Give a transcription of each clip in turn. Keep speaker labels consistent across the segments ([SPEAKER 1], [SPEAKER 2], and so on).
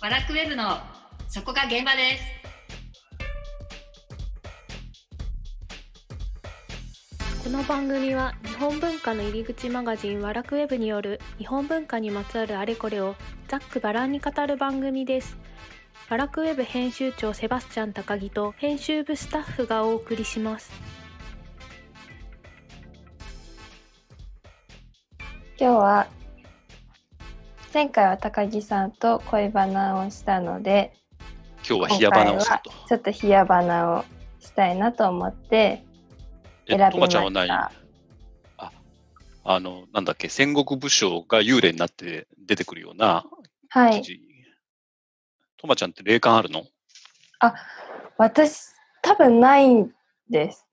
[SPEAKER 1] ワラクウェブのそこが現場です。
[SPEAKER 2] この番組は日本文化の入り口マガジンワラクウェブによる日本文化にまつわるあれこれをざっくばらんに語る番組です。ワラクウェブ編集長セバスチャン高木と編集部スタッフがお送りします。
[SPEAKER 3] 今日は前回は高木さんと恋バナをしたので
[SPEAKER 4] 今日は冷や花をすると。
[SPEAKER 3] ちょっと冷やバナをしたいなと思って選
[SPEAKER 4] え
[SPEAKER 3] びました
[SPEAKER 4] トマちゃんはないあ、あの、なんだっけ、戦国武将が幽霊になって出てくるような
[SPEAKER 3] は
[SPEAKER 4] 記
[SPEAKER 3] い
[SPEAKER 4] 事。トマちゃんって霊感あるの
[SPEAKER 3] 私多分ないん です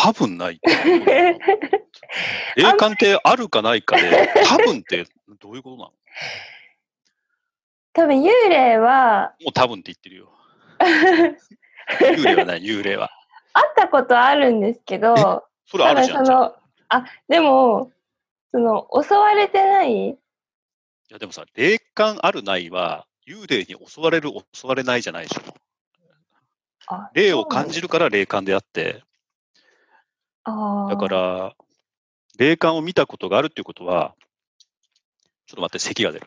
[SPEAKER 4] 多分ないと思うな。 霊感ってあるかないかで、多分ってどういうことなのも
[SPEAKER 3] 多分幽霊は
[SPEAKER 4] う多分って言ってるよ。
[SPEAKER 3] 会っ
[SPEAKER 4] 幽霊はない、幽霊は。
[SPEAKER 3] たことあるんですけど
[SPEAKER 4] それあるじ
[SPEAKER 3] 多
[SPEAKER 4] ゃ
[SPEAKER 3] 分
[SPEAKER 4] ん。じ
[SPEAKER 3] そ
[SPEAKER 4] ゃ
[SPEAKER 3] の
[SPEAKER 4] あ
[SPEAKER 3] でもその襲われてない
[SPEAKER 4] いやでもさ、霊感あるないは、幽霊に襲われる、襲われないじゃないでしょ。
[SPEAKER 3] あ
[SPEAKER 4] 霊を感じるから霊感であって、
[SPEAKER 3] あー
[SPEAKER 4] だから、霊感を見たことがあるっていうことは、ちょっと待って、咳が出る。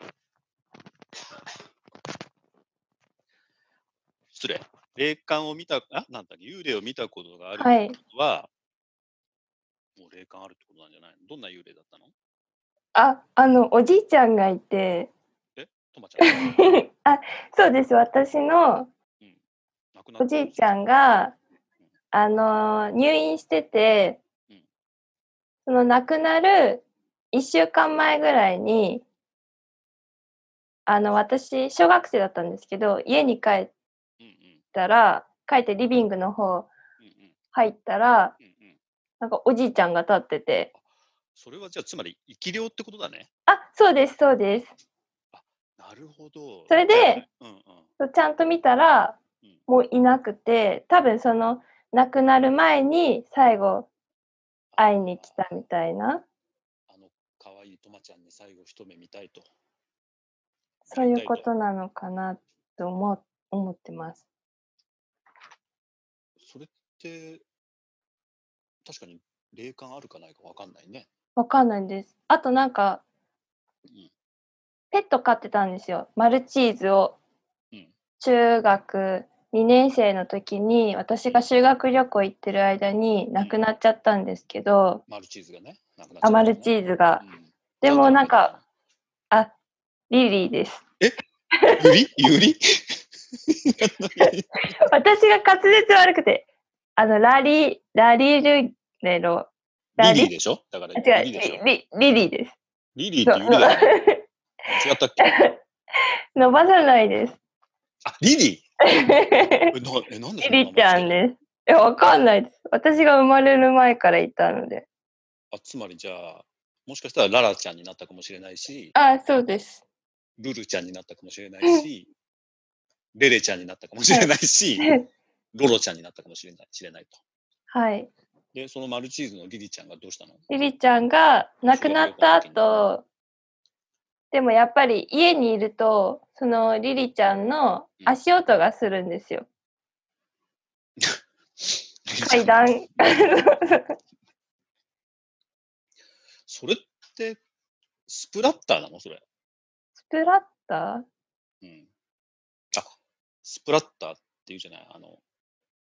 [SPEAKER 4] 失礼。霊感を見た、あ、なんだっけ、幽霊を見たことがあるっ
[SPEAKER 3] は
[SPEAKER 4] て
[SPEAKER 3] い
[SPEAKER 4] ことは、もう霊感あるってことなんじゃないのどんな幽霊だったの
[SPEAKER 3] ああのおじいちゃんがいて
[SPEAKER 4] とまち ゃん。
[SPEAKER 3] あそうです私の
[SPEAKER 4] 亡くなった
[SPEAKER 3] おじいちゃんが、あのー入院してて
[SPEAKER 4] うん、
[SPEAKER 3] その亡くなる1週間前ぐらいに、あの、私、小学生だったんですけど、家に帰っ
[SPEAKER 4] うんうん
[SPEAKER 3] たら、帰ってリビングの方
[SPEAKER 4] うんうん
[SPEAKER 3] 入ったら、
[SPEAKER 4] うんうん。
[SPEAKER 3] なんかおじいちゃんが立ってて、
[SPEAKER 4] それはじゃあ、つまり、生き量ってことだね。
[SPEAKER 3] あ、そうです、そうです。
[SPEAKER 4] なるほど。
[SPEAKER 3] それで、
[SPEAKER 4] うんうん。
[SPEAKER 3] そうちゃんと見たら
[SPEAKER 4] うん、
[SPEAKER 3] もういなくて、多分その、亡くなる前に最後、会いに来たみたいな、
[SPEAKER 4] あの、可愛いとまちゃんに最後一目見たいと。
[SPEAKER 3] そういうことなのかなと思う思ってます。
[SPEAKER 4] それって、確かに霊感あるかないかわかんないね。
[SPEAKER 3] わかんないんです。あとなんか、
[SPEAKER 4] うん
[SPEAKER 3] ペット飼ってたんですよ。マルチーズを。
[SPEAKER 4] うん
[SPEAKER 3] 中学2年生の時に、私が修学旅行行ってる間に亡くなっちゃったんですけど、
[SPEAKER 4] マルチーズがね。なくなっちゃった
[SPEAKER 3] あ
[SPEAKER 4] ね
[SPEAKER 3] マルチーズが
[SPEAKER 4] う。ん
[SPEAKER 3] でもなんか、、あ、リリーです。
[SPEAKER 4] ゆり ゆり
[SPEAKER 3] 私が滑舌悪くて、あの、ラリー、ラリルネロ、ラ
[SPEAKER 4] リリー
[SPEAKER 3] リ、
[SPEAKER 4] でしょだから、
[SPEAKER 3] 違う、
[SPEAKER 4] リリーでしょ
[SPEAKER 3] リリリーです。
[SPEAKER 4] リリーってゆりだよね。違ったっけ
[SPEAKER 3] 伸ばさない です。
[SPEAKER 4] あ、リリーえ、なえなんで
[SPEAKER 3] リ
[SPEAKER 4] そな名前
[SPEAKER 3] リちゃんです。え、わかんないです。私が生まれる前からいたので。
[SPEAKER 4] あ、つまりじゃあ、もしかしたらララちゃんになったかもしれないし、
[SPEAKER 3] あ、そうです。
[SPEAKER 4] ルルちゃんになったかもしれないし、レレちゃんになったかもしれないし、ロロちゃんになったかもしれない知れないと。
[SPEAKER 3] はい。
[SPEAKER 4] で、そのマルチーズのリリちゃんがどうしたの
[SPEAKER 3] リリちゃんが亡くなった後、でもやっぱり家にいると、そのリリちゃんの足音がするんですよ。階 段。
[SPEAKER 4] それって、スプラッターなのそれ。
[SPEAKER 3] スプラッタ
[SPEAKER 4] うん。あ、スプラッターっていうじゃないあの、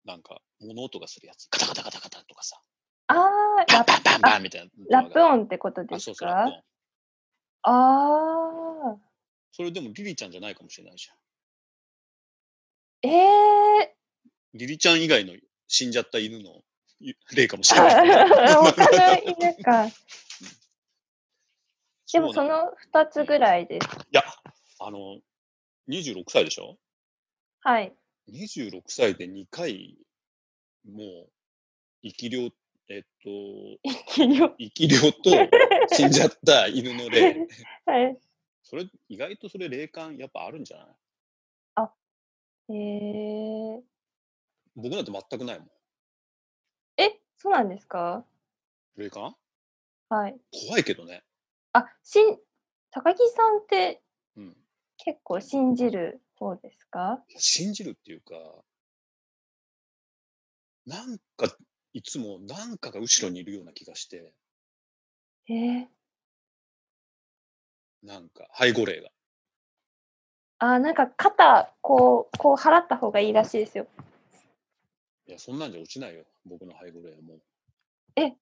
[SPEAKER 4] なんか、物音がするやつ。カタカタカタカタとかさ。
[SPEAKER 3] ーあー
[SPEAKER 4] パ
[SPEAKER 3] ラ
[SPEAKER 4] ンパンパンパンみたいな。
[SPEAKER 3] ラップ音ってことで
[SPEAKER 4] あ、そ
[SPEAKER 3] す
[SPEAKER 4] うそう、ラップ
[SPEAKER 3] か
[SPEAKER 4] 音
[SPEAKER 3] ああ
[SPEAKER 4] それでもリリちゃんじゃないかもしれないじゃん。
[SPEAKER 3] ー。えー、
[SPEAKER 4] リリちゃん以外の死んじゃった犬の例かもしれない。
[SPEAKER 3] 他の犬か。 でもそう
[SPEAKER 4] なの
[SPEAKER 3] の2つぐらいです。
[SPEAKER 4] いや、あの、26歳でしょ
[SPEAKER 3] はい。
[SPEAKER 4] 26歳で2回、もう、生き量、えっと、
[SPEAKER 3] 肥料。
[SPEAKER 4] 生き量と死んじゃった犬の霊。
[SPEAKER 3] はい。
[SPEAKER 4] それ、意外とそれ霊感やっぱあるんじゃない
[SPEAKER 3] えー、
[SPEAKER 4] 僕なんて全くないもん。
[SPEAKER 3] え、そうなんですか
[SPEAKER 4] 霊感
[SPEAKER 3] はい。
[SPEAKER 4] 怖いけどね。
[SPEAKER 3] あ、しん、高木さんって
[SPEAKER 4] うん。
[SPEAKER 3] 結構信じる方ですか
[SPEAKER 4] 信じるっていうか、なんか、いつもなんかが後ろにいるような気がして、
[SPEAKER 3] えー、
[SPEAKER 4] なんか、背後霊が。
[SPEAKER 3] あーなんか肩こうこう払った方がいいらしいですよ。
[SPEAKER 4] いや、そんなんじゃ落ちないよ、僕の背後霊はもう。
[SPEAKER 3] え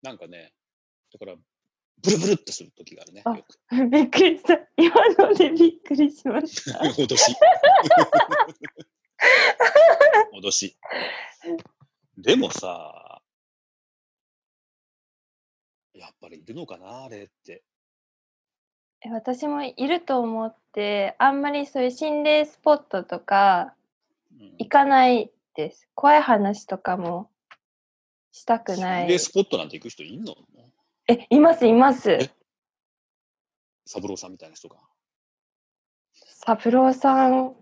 [SPEAKER 4] なんかね、だから、ブルブルってする時があるね、
[SPEAKER 3] あ
[SPEAKER 4] よく。
[SPEAKER 3] びっくりした。今のでびっくりしました。
[SPEAKER 4] 脅し。脅し。でもさ、やっぱりいるのかな、あれって。
[SPEAKER 3] え私もいると思ってあんまりそういう心霊スポットとか
[SPEAKER 4] うん
[SPEAKER 3] 行かないです。怖い話とかもしたくな
[SPEAKER 4] 心
[SPEAKER 3] い
[SPEAKER 4] 霊。スポットなんて行く人いんの
[SPEAKER 3] えいますいます
[SPEAKER 4] え。サブローさんみたいな人が。
[SPEAKER 3] サブローさん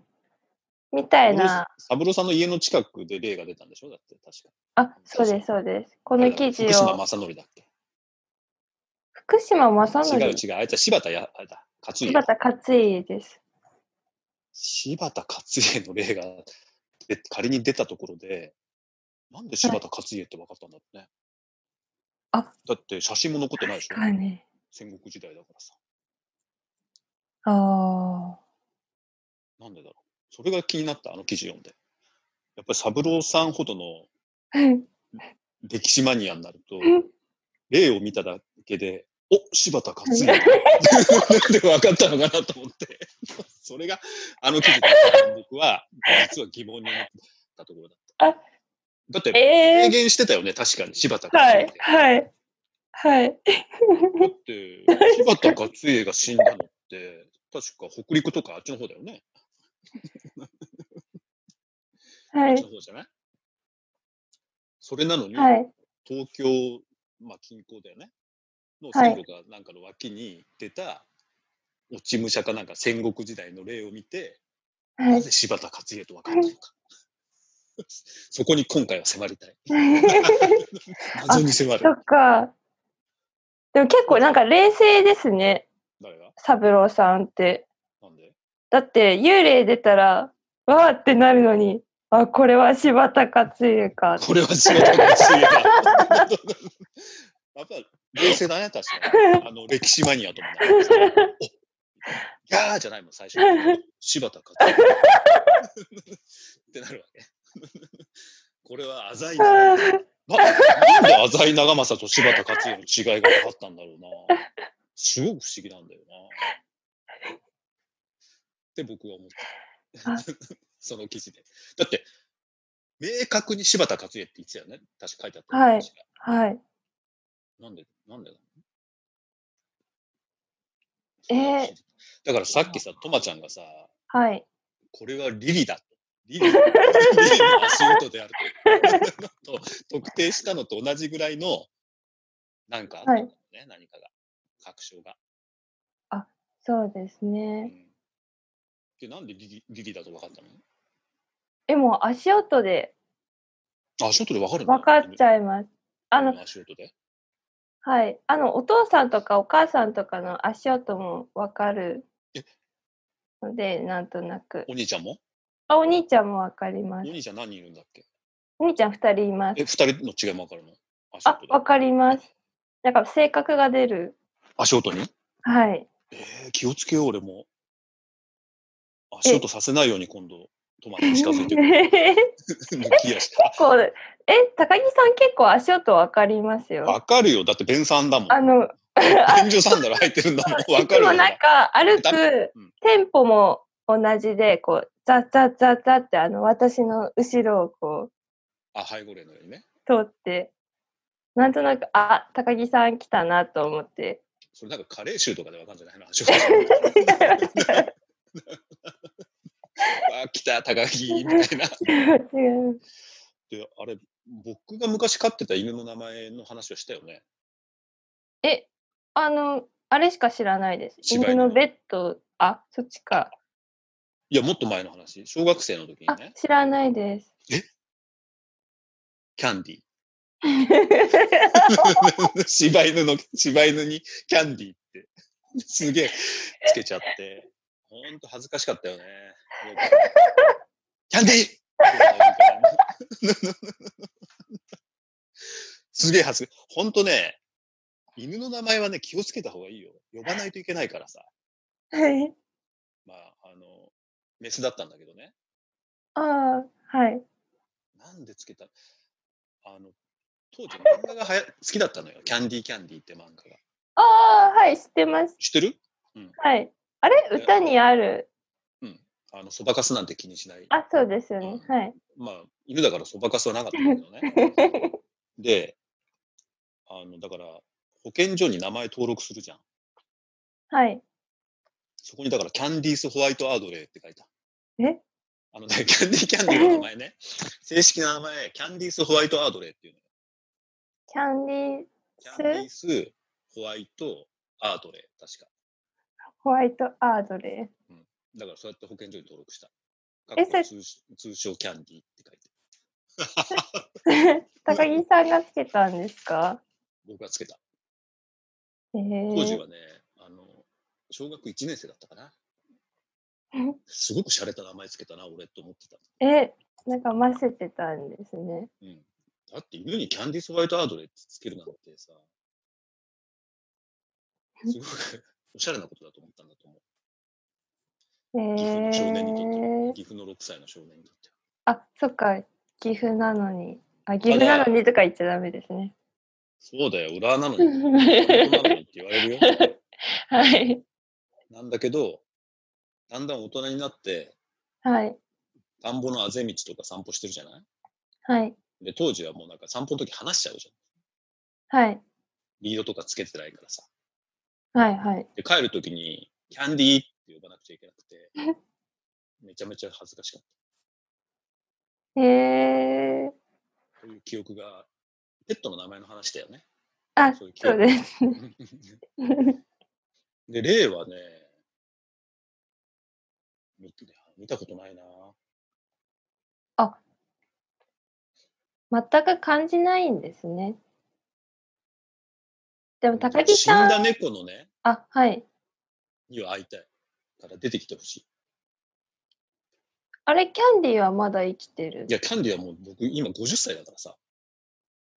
[SPEAKER 3] みたいな。
[SPEAKER 4] サブローさんの家の近くで霊が出たんでしょだって確か。
[SPEAKER 3] あそうですそうです。この記事
[SPEAKER 4] 福島
[SPEAKER 3] を
[SPEAKER 4] 正則だっけ
[SPEAKER 3] 福島正
[SPEAKER 4] 違う
[SPEAKER 3] 則
[SPEAKER 4] 違う。あいつは柴田や、あれだ。勝家
[SPEAKER 3] 柴。田勝家です。
[SPEAKER 4] 柴田勝家の霊がで仮に出たところで、なんで柴田勝家って分かったんだろうね。
[SPEAKER 3] あ
[SPEAKER 4] だって写真も残ってないでしょ
[SPEAKER 3] 確かに。
[SPEAKER 4] 戦国時代だからさ。
[SPEAKER 3] ああ。
[SPEAKER 4] なんでだろう。それが気になった、あの記事読んで。やっぱり三郎さんほどの 歴史マニアになると、例を見ただけで、お柴田勝 家で分かったのかなと思って、 それがあの記事だったの僕は、実は疑問に思ったところだった
[SPEAKER 3] あ。
[SPEAKER 4] だって、
[SPEAKER 3] え
[SPEAKER 4] 明
[SPEAKER 3] え
[SPEAKER 4] 言してたよね、確かに、柴田
[SPEAKER 3] ー。は
[SPEAKER 4] 勝家
[SPEAKER 3] い。はい。はい。
[SPEAKER 4] だって、柴田勝家が死んだのって、確か北陸とかあっちの方だよね。
[SPEAKER 3] はい。
[SPEAKER 4] あっちの方じゃないそれなのに、
[SPEAKER 3] はい。
[SPEAKER 4] 東京、まあ、近郊だよね。の線路かなんかの脇に出た、落ち武者かなんか戦国時代の例を見て、
[SPEAKER 3] は。
[SPEAKER 4] ない ぜ柴田勝家と分かったのか。 そこに今回は迫りたい。謎に迫
[SPEAKER 3] そ
[SPEAKER 4] る。
[SPEAKER 3] っか。でも結構なんか冷静ですね、
[SPEAKER 4] 誰が
[SPEAKER 3] 三郎さんって。
[SPEAKER 4] なんで
[SPEAKER 3] だって幽霊出たら、わーってなるのに、あ、これは柴田勝家 か。
[SPEAKER 4] これは柴田勝家だ。やっぱ冷静だね、確かに。あの、歴史マニアともなる。ギャーじゃないもん、最初。柴田勝家。ってなるわけ。これは浅いな。ななんで浅井長政と柴田勝家の違いが分かったんだろうな。すごく不思議なんだよな。って僕は思った。 その記事で。だって、明確に柴田勝家って言ってたよね。確か書いてあった。
[SPEAKER 3] はいはい。
[SPEAKER 4] なんで、なんでだ
[SPEAKER 3] えー、
[SPEAKER 4] だからさっきさ、とまちゃんがさ、
[SPEAKER 3] はい。
[SPEAKER 4] これはリリだと。リリリリの足音であると と特定したのと同じぐらいの、なんかあったんだよね、何かが、確証が。
[SPEAKER 3] そうです
[SPEAKER 4] うん
[SPEAKER 3] ね。
[SPEAKER 4] で、なんでリリリリだと分かったの
[SPEAKER 3] え、もう足音で
[SPEAKER 4] 足音で分かるの
[SPEAKER 3] 分かっちゃいます。あの、
[SPEAKER 4] 足音で。
[SPEAKER 3] はい。あの、お父さんとかお母さんとかの足音もわかる
[SPEAKER 4] え
[SPEAKER 3] ので、なんとなく。
[SPEAKER 4] お兄ちゃんも
[SPEAKER 3] あ、お兄ちゃんもわかり
[SPEAKER 4] お
[SPEAKER 3] ます。
[SPEAKER 4] 兄ちゃん何人いるんだっけ
[SPEAKER 3] お兄ちゃん二人いま
[SPEAKER 4] え、
[SPEAKER 3] す。
[SPEAKER 4] 二人の違いも分かるの足
[SPEAKER 3] あ
[SPEAKER 4] 音、で
[SPEAKER 3] わかります。なんか性格が出る。
[SPEAKER 4] 足音に
[SPEAKER 3] はい。
[SPEAKER 4] えー、気をつけよう、俺も。足音させないように今度、トマトに近づいてく る。
[SPEAKER 3] 結
[SPEAKER 4] 抜き足。あ
[SPEAKER 3] 構、え、高木さん結構足音わかりますよ。
[SPEAKER 4] わかるよ。だって、ベンさんだもん。
[SPEAKER 3] あ の、
[SPEAKER 4] 便所サンダル履いてるんだもん。わ
[SPEAKER 3] いつ
[SPEAKER 4] かる
[SPEAKER 3] も
[SPEAKER 4] よ。
[SPEAKER 3] なんか歩
[SPEAKER 4] ダ
[SPEAKER 3] く
[SPEAKER 4] うん
[SPEAKER 3] テンポも同じで、こう、ザッザッザッザッって、あの、私の後ろをこう、
[SPEAKER 4] あ、背後霊のようにね。
[SPEAKER 3] 通って、なんとなく、あ、高木さん来たなと思って。
[SPEAKER 4] それなんかカレー臭とかでわかんじゃないの足音。 あ、来た、高木、みたいな。で、あれ、僕が昔飼ってた犬の名前の話をしたよね。
[SPEAKER 3] え、あの、あれしか知らないです。
[SPEAKER 4] 柴
[SPEAKER 3] 犬
[SPEAKER 4] 犬
[SPEAKER 3] のベッド、あ、そっちか。
[SPEAKER 4] いや、もっと前の話。小学生の時に
[SPEAKER 3] あ
[SPEAKER 4] ね、、
[SPEAKER 3] 知らないです。
[SPEAKER 4] キャンディー。 柴犬の、柴犬にキャンディーって、すげえつけちゃって、ほんと恥ずかしかったよね。キャンディーって言われるからねすげえ恥ずかほんとね、犬の名前はね、気をつけた方がいいよ。呼ばないといけないからさ。
[SPEAKER 3] はい。
[SPEAKER 4] まあ、あの、メスだったんだけどね。
[SPEAKER 3] ああ、はい。
[SPEAKER 4] なんでつけたあの、当時漫画がはや好きだったのよ。キャンディーキャンディーって漫画が。
[SPEAKER 3] ああ、はい、知ってます。
[SPEAKER 4] 知ってる
[SPEAKER 3] はい。あれ
[SPEAKER 4] え
[SPEAKER 3] 歌にある。
[SPEAKER 4] あの、そばかすなんて気にしない。
[SPEAKER 3] あ、そうですよね。はい。
[SPEAKER 4] まあ、犬だからそばかすはなかったんだけどね。 で、あの、だから、保健所に名前登録するじゃん。
[SPEAKER 3] はい。
[SPEAKER 4] そこにだから、キャンディース・ホワイト・アドレーって書いた。
[SPEAKER 3] え
[SPEAKER 4] あのね、 キャンディー・キャンディーの名前ね。正式な名前、キャンディース・ホワイト・アドレーっていうのよ。
[SPEAKER 3] キャンディー
[SPEAKER 4] キャンディー
[SPEAKER 3] ス
[SPEAKER 4] ス・ホワイト・アドレー、確か。
[SPEAKER 3] ホワイトアード レ
[SPEAKER 4] だからそうやって保健所に登録した。
[SPEAKER 3] えそれ
[SPEAKER 4] 通称通称キャンディーって書いて。
[SPEAKER 3] ー。高木さんがつけたんですか
[SPEAKER 4] 僕がつけた。
[SPEAKER 3] えー、
[SPEAKER 4] 当時はね、あの、小学1年生だったかな
[SPEAKER 3] うん。
[SPEAKER 4] すごく洒落た名前つけたな、俺と思ってた。
[SPEAKER 3] え、なんか混ぜてたんですね。
[SPEAKER 4] うん。だって犬にキャンディース・ホワイト・アードレってつけるなんてさ、すごくおしゃれなことだと思ったんだと思う。
[SPEAKER 3] え
[SPEAKER 4] 岐阜の少年にとっては
[SPEAKER 3] ー、
[SPEAKER 4] 岐阜の6歳の少年にとっては
[SPEAKER 3] あ、そっか。岐阜なのに。あ、岐阜なのにとか言っちゃダメです ね。
[SPEAKER 4] そうだよ、裏なのに。本当なのにって言われるよ。
[SPEAKER 3] はい。
[SPEAKER 4] なんだけど、だんだん大人になって、
[SPEAKER 3] はい。
[SPEAKER 4] 田んぼのあぜ道とか散歩してるじゃない
[SPEAKER 3] はい。
[SPEAKER 4] で、当時はもうなんか散歩の時話しちゃうじゃん。
[SPEAKER 3] はい。
[SPEAKER 4] リードとかつけてないからさ。
[SPEAKER 3] はい。はい。
[SPEAKER 4] で、帰る時に、キャンディーって呼ばなくちゃいけなくて、 めちゃめちゃ恥ずかしかっ
[SPEAKER 3] えー、
[SPEAKER 4] た。そういう記憶が、ペットの名前の話だよ ね。
[SPEAKER 3] あ、
[SPEAKER 4] そういう記
[SPEAKER 3] そう
[SPEAKER 4] 憶
[SPEAKER 3] ですね。
[SPEAKER 4] で、例はね、見て見たことないな。
[SPEAKER 3] 全く感じないんですね。でも高木
[SPEAKER 4] 死ん
[SPEAKER 3] さん、
[SPEAKER 4] だ猫のね、
[SPEAKER 3] あ、はい。
[SPEAKER 4] には会いたい。から出てきてほしい。
[SPEAKER 3] あれ、キャンディーはまだ生きてる
[SPEAKER 4] い。や、キャンディーはもう僕、今50歳だからさ。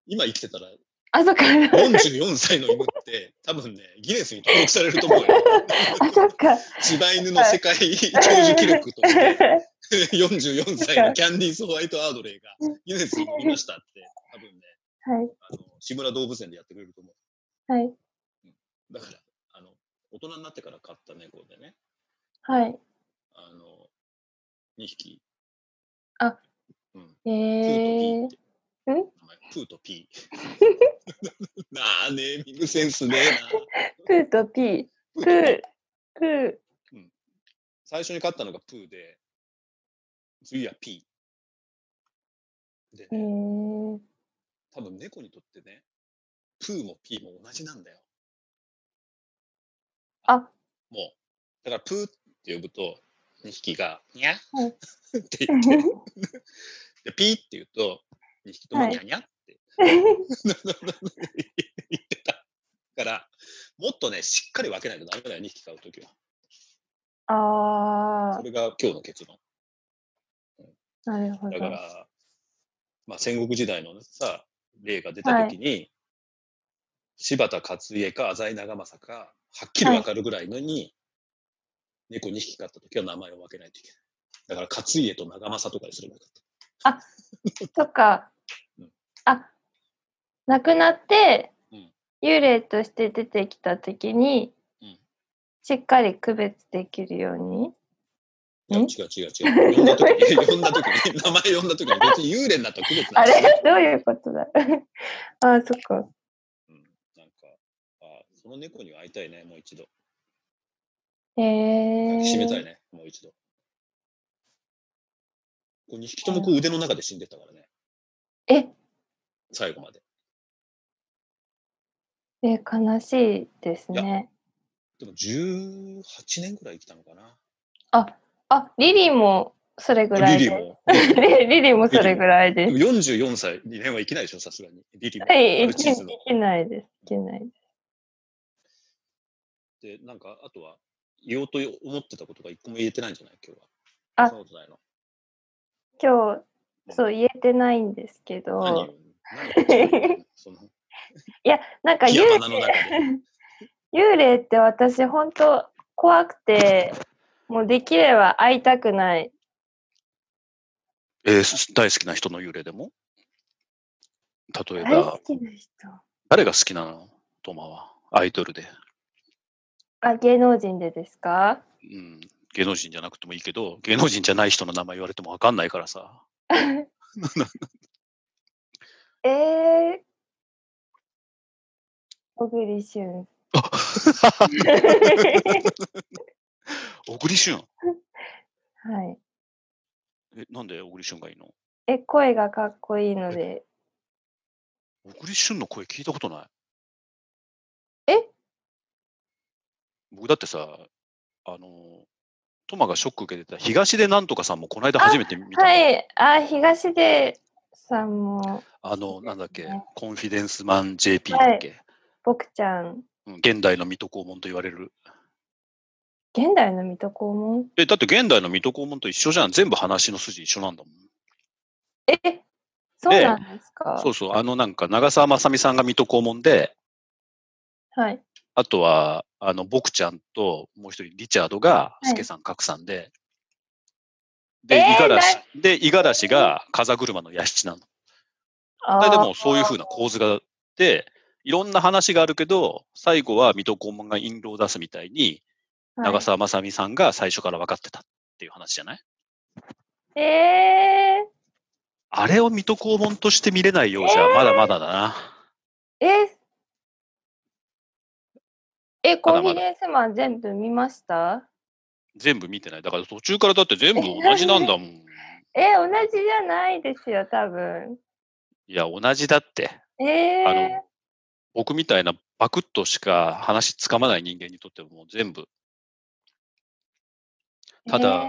[SPEAKER 4] 今生きてたら、
[SPEAKER 3] あ、そっか。
[SPEAKER 4] 44歳の犬って、多分ね、ギネスに登録されると思うよ。
[SPEAKER 3] あ、そっ か。
[SPEAKER 4] 柴犬の世界長寿記録とか ね、44歳のキャンディース・ホワイト・アードレイが、ギネスにいましたって、多分ね、
[SPEAKER 3] はい。
[SPEAKER 4] あの、志村動物園でやってくれると思
[SPEAKER 3] はい。
[SPEAKER 4] う。だから、あの、大人になってから飼った猫でね、
[SPEAKER 3] はい。
[SPEAKER 4] あの、2匹。
[SPEAKER 3] あ、
[SPEAKER 4] うん。
[SPEAKER 3] え
[SPEAKER 4] プーとピー
[SPEAKER 3] ー
[SPEAKER 4] っ、て。
[SPEAKER 3] えーん
[SPEAKER 4] 名前プーとピー。な あ、ネーミングセンスね
[SPEAKER 3] プーとピー。
[SPEAKER 4] えな。
[SPEAKER 3] プー、プ
[SPEAKER 4] 最初に買ったのがプーで、次はピー。
[SPEAKER 3] ー。
[SPEAKER 4] で
[SPEAKER 3] え
[SPEAKER 4] ね、
[SPEAKER 3] ー、
[SPEAKER 4] 多分猫にとってね、プーもピーも同じなんだよ。
[SPEAKER 3] あ、
[SPEAKER 4] もう。だからプーって呼ぶと、2匹が、にゃっ
[SPEAKER 3] はい
[SPEAKER 4] って言って、でピーって言うと、2匹とも
[SPEAKER 3] はい
[SPEAKER 4] にゃに ゃって、言ってた。だから、もっとね、しっかり分けないとダメだよ、2匹買うときは。
[SPEAKER 3] あ
[SPEAKER 4] それが今日の結論。
[SPEAKER 3] ー、なるほど
[SPEAKER 4] だ。から、まあ、戦国時代のさ、例が出たときに、柴田勝家か浅井長政か、はっきり分かるぐらいのに、猫2匹飼ったときは名前を分けないといけない。だから勝家と長政とかにすればよかっ
[SPEAKER 3] そっか
[SPEAKER 4] うん。
[SPEAKER 3] あ、亡くなって
[SPEAKER 4] うん、
[SPEAKER 3] 幽霊として出てきたときに
[SPEAKER 4] うん、
[SPEAKER 3] しっかり区別できるように。
[SPEAKER 4] た。いや
[SPEAKER 3] ん
[SPEAKER 4] 違う違う違う。呼んだときに、呼んだときに、名前呼んだときに別に幽霊になったら区別 な
[SPEAKER 3] あ
[SPEAKER 4] い。
[SPEAKER 3] れどういうことだ あ、そっか。
[SPEAKER 4] うん、なんか、あその猫には会いたいね、もう一度。
[SPEAKER 3] えー。
[SPEAKER 4] 締めたいね、もう一度。こう2匹ともこう腕の中で死んでったからね、
[SPEAKER 3] え、
[SPEAKER 4] 最後まで。
[SPEAKER 3] え、悲しいですね。
[SPEAKER 4] でも18年ぐらい生きたのかな。
[SPEAKER 3] あ、リリーもそれぐらいで
[SPEAKER 4] リリ
[SPEAKER 3] す
[SPEAKER 4] ー。も。
[SPEAKER 3] リリーもそれぐらい
[SPEAKER 4] で
[SPEAKER 3] で
[SPEAKER 4] も
[SPEAKER 3] す。
[SPEAKER 4] 44歳、2年は生きないでしょ、さすがに。リリーも。
[SPEAKER 3] はい、
[SPEAKER 4] マル
[SPEAKER 3] い
[SPEAKER 4] チ
[SPEAKER 3] け
[SPEAKER 4] ーズ
[SPEAKER 3] い
[SPEAKER 4] の。
[SPEAKER 3] けないです。いけないです。
[SPEAKER 4] で、なんか、あとは、言おうと思ってたことが一個も言えてないんじゃない今日は。
[SPEAKER 3] あ
[SPEAKER 4] そうじゃないの。
[SPEAKER 3] 今日、そう言えてないんですけ
[SPEAKER 4] 何を
[SPEAKER 3] ど、
[SPEAKER 4] 何を言ってるの その、
[SPEAKER 3] なんか幽
[SPEAKER 4] 火
[SPEAKER 3] 霊
[SPEAKER 4] 花の 中で。
[SPEAKER 3] 幽霊って私本当怖くて、もうできれば会いたくない。
[SPEAKER 4] えー大好きな人の幽霊でも例え
[SPEAKER 3] 大
[SPEAKER 4] ば
[SPEAKER 3] 好、きな人。
[SPEAKER 4] 誰が好きなのトマは。アイドルで。
[SPEAKER 3] あ、芸能人でですか
[SPEAKER 4] うん。芸能人じゃなくてもいいけど、芸能人じゃない人の名前言われてもわかんないからさ。
[SPEAKER 3] えー。小栗旬。
[SPEAKER 4] あ小栗旬。
[SPEAKER 3] はい。
[SPEAKER 4] え、なんで小栗旬がいいの
[SPEAKER 3] え、声がかっこいいので。
[SPEAKER 4] 小栗旬の声聞いたことない。
[SPEAKER 3] え
[SPEAKER 4] 僕だってさ、あの、トマがショック受けてた東出なんとかさんもこの間初めて見たの。
[SPEAKER 3] はい。あ、東出さんも、
[SPEAKER 4] あの、なんだっけ
[SPEAKER 3] ね、
[SPEAKER 4] コンフィデンスマン JP だっけ、
[SPEAKER 3] 僕ちゃん、
[SPEAKER 4] うん現代の水戸黄門と言われる。
[SPEAKER 3] 現代の水戸黄門
[SPEAKER 4] え、だって現代の水戸黄門と一緒じゃん。全部話の筋一緒なんだもん。
[SPEAKER 3] え、そうなんですか
[SPEAKER 4] そうそう、あのなんか長澤まさみさんが水戸黄門で、
[SPEAKER 3] はい。
[SPEAKER 4] あとは、あの、僕ちゃんと、もう一人、リチャードが、
[SPEAKER 3] い
[SPEAKER 4] スケさん、賀来さんで、
[SPEAKER 3] え
[SPEAKER 4] で、
[SPEAKER 3] ー
[SPEAKER 4] 五十嵐、で、五十嵐が風車の屋敷なの。
[SPEAKER 3] あ
[SPEAKER 4] で
[SPEAKER 3] ー
[SPEAKER 4] でも、そういう風な構図があって、いろんな話があるけど、最後は水戸黄門が印籠を出すみたいに、
[SPEAKER 3] はい
[SPEAKER 4] 長澤まさみさんが最初から分かってたっていう話じゃない
[SPEAKER 3] え
[SPEAKER 4] あれを水戸黄門として見れないようじゃ、まだまだだな。
[SPEAKER 3] ー、え、え、
[SPEAKER 4] ま
[SPEAKER 3] コ
[SPEAKER 4] だ
[SPEAKER 3] ンフ
[SPEAKER 4] まだ
[SPEAKER 3] ィデンスマン全部見ました
[SPEAKER 4] 全部見てない。だから途中からだって全部同じなんだもん。
[SPEAKER 3] え、同じじゃないですよ、多分。
[SPEAKER 4] いや、同じだって。あ
[SPEAKER 3] え
[SPEAKER 4] の、僕みたいなバクッとしか話つかまない人間にとってはもう全部。
[SPEAKER 3] ー、
[SPEAKER 4] ただ
[SPEAKER 3] え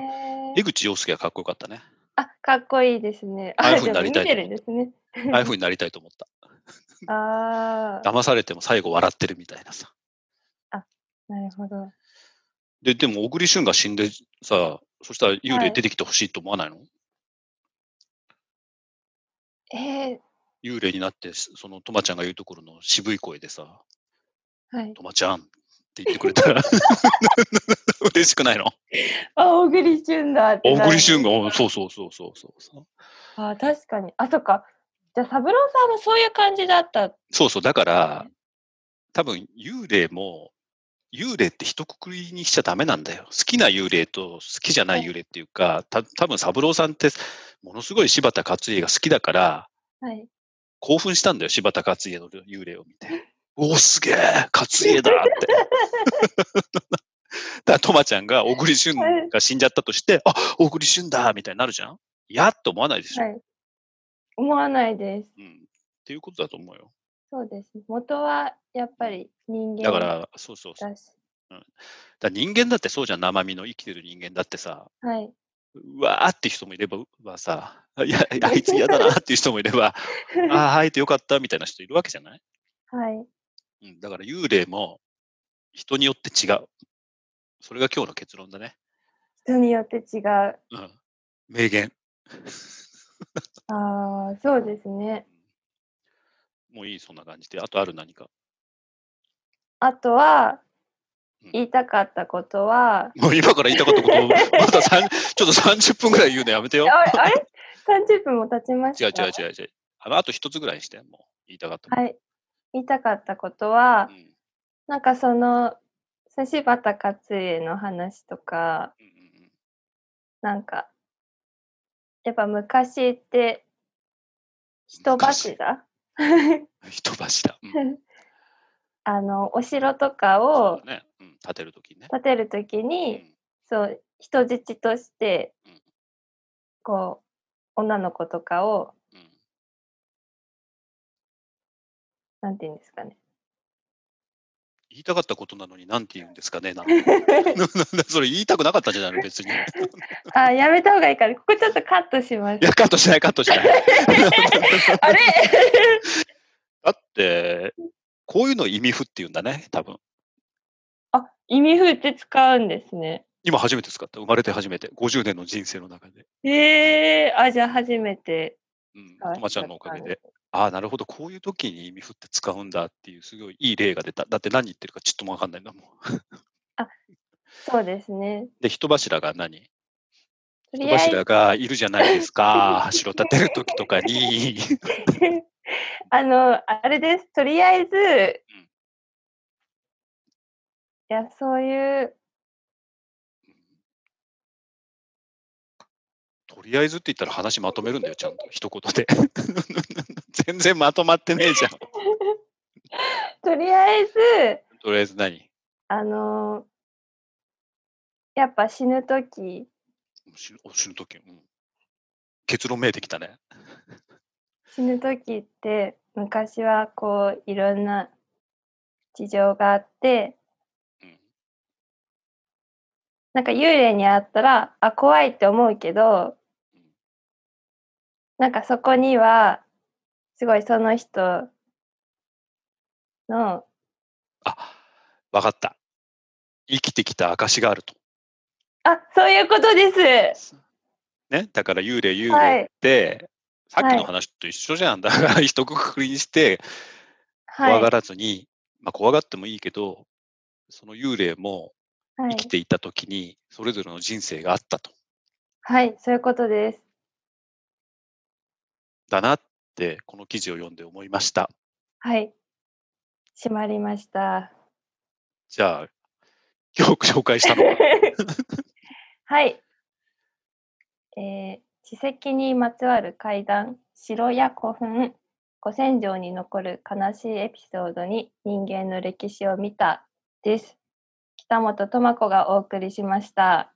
[SPEAKER 3] ー
[SPEAKER 4] 江口洋介がかっこよかった ね。
[SPEAKER 3] あ、かっこいいですね。
[SPEAKER 4] ああいう
[SPEAKER 3] あ、
[SPEAKER 4] 風
[SPEAKER 3] でも
[SPEAKER 4] になり
[SPEAKER 3] 見
[SPEAKER 4] たい
[SPEAKER 3] てるんですね。
[SPEAKER 4] ああいう風になりたいと思った。
[SPEAKER 3] ああ、
[SPEAKER 4] 騙されても最後笑ってるみたいなさ。
[SPEAKER 3] なるほど。
[SPEAKER 4] で、でも小栗旬が死んでさ、そしたら幽霊出てきてほしいと思わないの、
[SPEAKER 3] え
[SPEAKER 4] 幽霊になって、そのトマちゃんが言うところの渋い声でさ、
[SPEAKER 3] ー、はい。
[SPEAKER 4] トマちゃんって言ってくれ たら嬉しくないの
[SPEAKER 3] あ、小栗旬だって
[SPEAKER 4] 小
[SPEAKER 3] なる。
[SPEAKER 4] 栗旬が、おそうそうそうそうそうそう。
[SPEAKER 3] あー確かに。あ、そっか。じゃあ、三郎さんもそういう感じだった。
[SPEAKER 4] そうそう、だから、多分幽霊も、幽霊って一括りにしちゃダメなんだよ。好きな幽霊と好きじゃない幽霊っていうか、た多分三郎さんって、ものすごい柴田勝家が好きだから、
[SPEAKER 3] はい。
[SPEAKER 4] 興奮したんだよ、柴田勝家の幽霊を見て。おお、すげえ勝家だって。だから、トマちゃんが、小栗旬が死んじゃったとして、あ、小栗旬だみたいになるじゃんいやって思わないでしょ。
[SPEAKER 3] はい。思わないです。
[SPEAKER 4] うん。っていうことだと思うよ。
[SPEAKER 3] そうです。元はやっぱり人間
[SPEAKER 4] だから、そうそうそう。
[SPEAKER 3] だし。
[SPEAKER 4] だから人間だってそうじゃん生身の生きてる人間だってさ
[SPEAKER 3] はい。
[SPEAKER 4] うわーって人もいればうわさい やあいつ嫌だなっていう人もいれば ああ会えてよかったみたいな人いるわけじゃない、
[SPEAKER 3] はい。
[SPEAKER 4] うん、だから幽霊も人によって違うそれが今日の結論だね、
[SPEAKER 3] 人によって違う。あ
[SPEAKER 4] うん、名言
[SPEAKER 3] あー、そうですね。
[SPEAKER 4] もういいそんな感じであとある何か
[SPEAKER 3] あとは
[SPEAKER 4] うん、
[SPEAKER 3] 言いたかったことは、
[SPEAKER 4] もう今から言いたかったことをまだ3ちょ っと30分ぐらい言うのやめて
[SPEAKER 3] あ
[SPEAKER 4] よ
[SPEAKER 3] れあれ ?30 分も経ちまし
[SPEAKER 4] 違う
[SPEAKER 3] た。
[SPEAKER 4] 違う違う違うあのあと一つぐらいにしてもう言いたかったこと、
[SPEAKER 3] はい。言いたかったことは
[SPEAKER 4] う、ん
[SPEAKER 3] なんかその、柴田勝家の話とか、
[SPEAKER 4] うんうんうん
[SPEAKER 3] なんか、やっぱ昔って、人柱
[SPEAKER 4] 人柱、うん、
[SPEAKER 3] あの、お城とか
[SPEAKER 4] そ
[SPEAKER 3] を
[SPEAKER 4] うだね、うん、立てるときね
[SPEAKER 3] 建てるときに、そう、人質として
[SPEAKER 4] うん、
[SPEAKER 3] こう、女の子とかを、
[SPEAKER 4] うんうん
[SPEAKER 3] なんて言うんですかね。
[SPEAKER 4] 言いたかったことなのになんて言うんですか ねなんてなんだそれ言いたくなかったんじゃないの別 に。い
[SPEAKER 3] あ、やめた方がいいから、ここちょっとカットします。
[SPEAKER 4] や、カットしない、カットしない。
[SPEAKER 3] あれ
[SPEAKER 4] だって、こういうの意味不って言うんだね、多分。
[SPEAKER 3] あ、意味風って使うんですね。
[SPEAKER 4] 今初めて使った。生まれて初めて。50年の人生の中で。
[SPEAKER 3] ええあ、じゃあ初めて。
[SPEAKER 4] うん。とまちゃんのおかげで。。ああ、なるほど。こういう時に耳振って使うんだっていう、すごいいい例が出た。だって何言ってるかちょっともわかんないんだもん。
[SPEAKER 3] そうですね。
[SPEAKER 4] で、人柱が何
[SPEAKER 3] とり
[SPEAKER 4] 人
[SPEAKER 3] あえ
[SPEAKER 4] 柱がいるじゃないですか。柱立てる時とかに。
[SPEAKER 3] ず、 あの、あれです。とりあえず、いや、そういう、
[SPEAKER 4] とりあえずって言ったら話まとめるんだよ、ちゃんと。一言で。 全然まとまってねえじゃん。
[SPEAKER 3] とりあえず、
[SPEAKER 4] とりあえず何
[SPEAKER 3] あの、やっぱ死ぬとき、
[SPEAKER 4] 死ぬ死ぬ時、うん。結論めいてきたね。
[SPEAKER 3] 死ぬ時って昔はこういろんな事情があって
[SPEAKER 4] うん
[SPEAKER 3] なんか幽霊に会ったらあ怖いって思うけど
[SPEAKER 4] うん
[SPEAKER 3] なんかそこにはすごいその人の
[SPEAKER 4] あ、わかった。生きてきた証があると。
[SPEAKER 3] あそういうことです
[SPEAKER 4] ね、だから幽霊幽
[SPEAKER 3] はい
[SPEAKER 4] 霊って、さっき
[SPEAKER 3] は
[SPEAKER 4] の
[SPEAKER 3] い
[SPEAKER 4] 話と一緒じゃん。だから一括りにして
[SPEAKER 3] は
[SPEAKER 4] 怖
[SPEAKER 3] い、
[SPEAKER 4] が
[SPEAKER 3] は
[SPEAKER 4] らずに、まあ怖がってもいいけど、その幽霊も生
[SPEAKER 3] い
[SPEAKER 4] きていた時にそれぞれの人生があったと。
[SPEAKER 3] はい、そういうことです
[SPEAKER 4] だなってこの記事を読んで思いました。
[SPEAKER 3] はい閉まりました
[SPEAKER 4] じゃあ今日紹介したの は
[SPEAKER 3] はい。えー、史跡にまつわる怪談、城や古墳、古戦場に残る悲しいエピソードに人間の歴史を見たです。北本智子がお送りしました。